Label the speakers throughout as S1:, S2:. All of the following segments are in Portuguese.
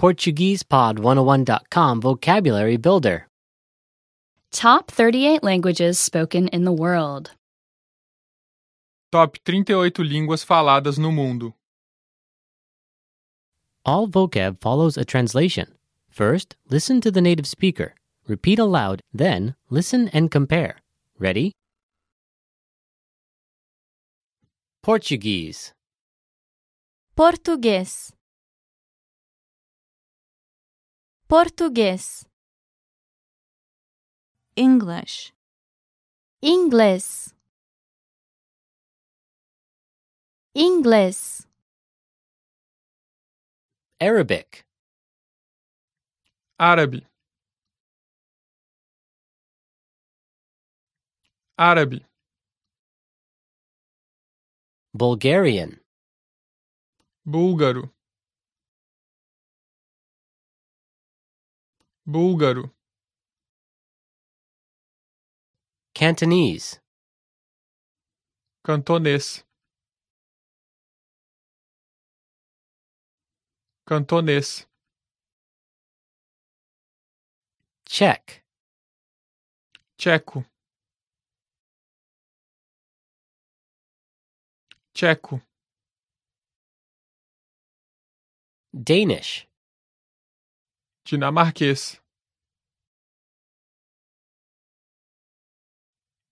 S1: PortuguesePod101.com Vocabulary Builder.
S2: Top 38 languages spoken in the world.
S3: Top 38 línguas faladas no mundo.
S1: All vocab follows a translation. First, listen to the native speaker. Repeat aloud, then, listen and compare. Ready? Portuguese.
S4: Português. Português.
S5: English,
S4: Inglês. Inglês.
S1: Arabic.
S3: Árabe. Árabe.
S1: Bulgarian.
S3: Búlgaro. Búlgaro.
S1: Cantonese.
S3: Cantonês. Cantonês.
S1: Czech.
S3: Tcheco. Tcheco.
S1: Danish.
S3: Dinamarquês.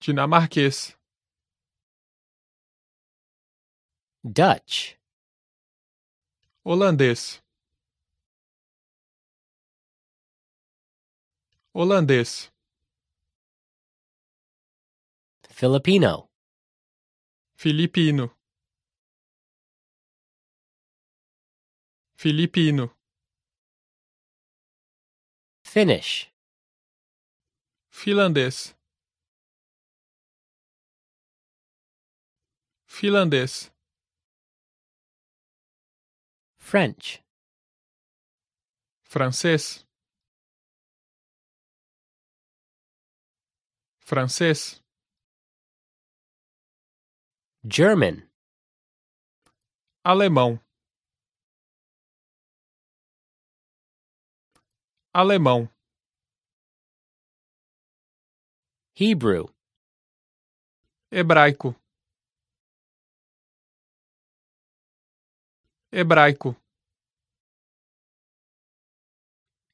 S3: Dinamarquês.
S1: Dutch.
S3: Holandês. Holandês.
S1: Filipino.
S3: Filipino. Filipino.
S1: Finnish.
S3: Finlandês. Finlandês.
S1: French.
S3: Francês. Francês.
S1: German.
S3: Alemão. Alemão.
S1: Hebrew.
S3: Hebraico. Hebraico.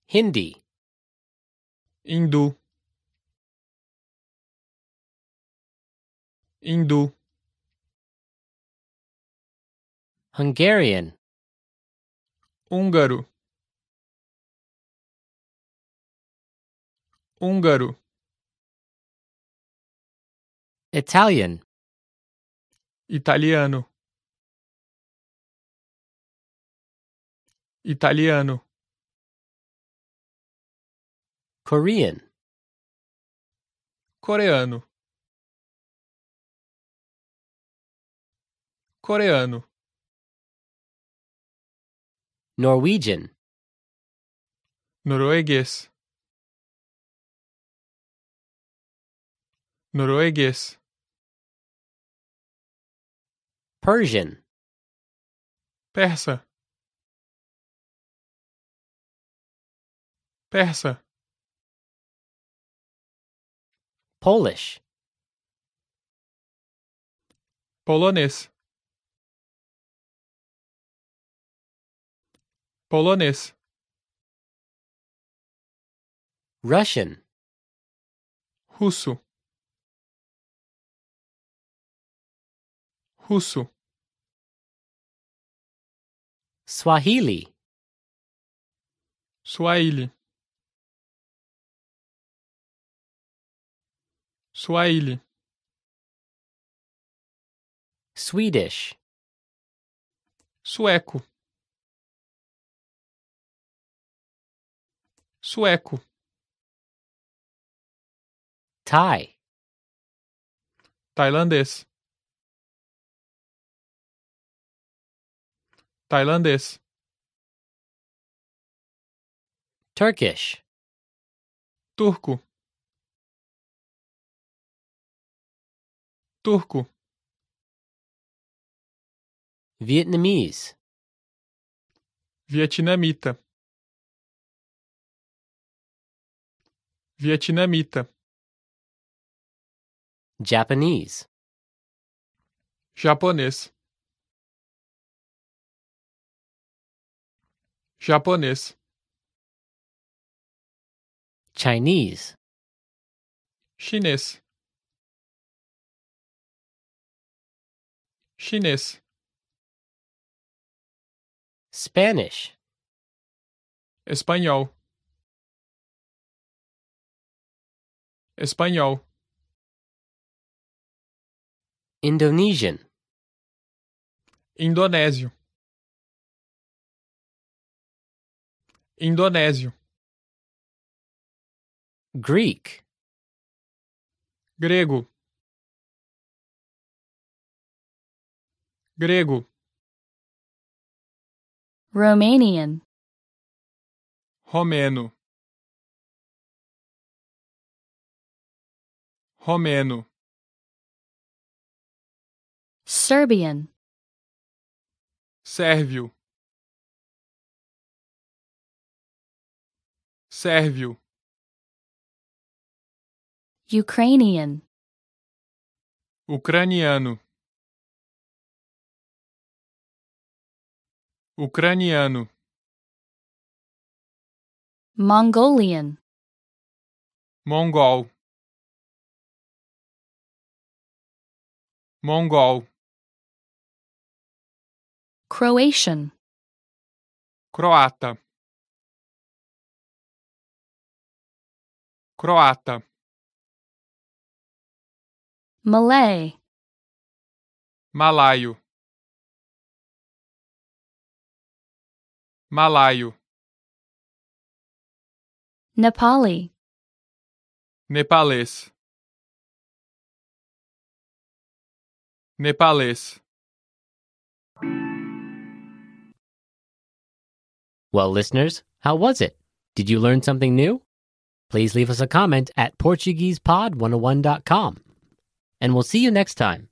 S1: Hindi.
S3: Hindu. Hindu.
S1: Hungarian.
S3: Húngaro. Húngaro.
S1: Italian.
S3: Italiano. Italiano.
S1: Korean.
S3: Coreano. Coreano.
S1: Norwegian.
S3: Norueguês. Norueguês.
S1: Persian.
S3: Persa. Persa.
S1: Polish.
S3: Polonês. Polonês.
S1: Russian.
S3: Russo. Russo.
S1: Swahili.
S3: Swahili. Swahili.
S1: Swedish.
S3: Sueco. Sueco.
S1: Thai.
S3: Tailandês. Tailandês.
S1: Turkish.
S3: Turco. Turco.
S1: Vietnamese.
S3: Vietnamita. vietnamita,
S1: Japanese,
S3: japonês. Japonês,
S1: Chinese,
S3: chinês. Chinês,
S1: Spanish,
S3: espanhol. Espanhol,
S1: Indonesian,
S3: indonésio. Indonésio,
S1: Greek,
S3: grego. Grego,
S2: Romanian,
S3: Romeno. Romeno.
S2: Serbian,
S3: Sérvio. Sérvio.
S2: Ukrainian,
S3: Ucraniano. Ucraniano.
S2: Mongolian,
S3: Mongol. Mongol.
S2: Croatian,
S3: Croata. Croata.
S2: Malay,
S3: Malaio. Malaio.
S2: Nepali,
S3: Nepalês. Nepalês.
S1: Well, listeners, how was it? Did you learn something new? Please oh leave us a comment at PortuguesePod101.com. And we'll see you next time.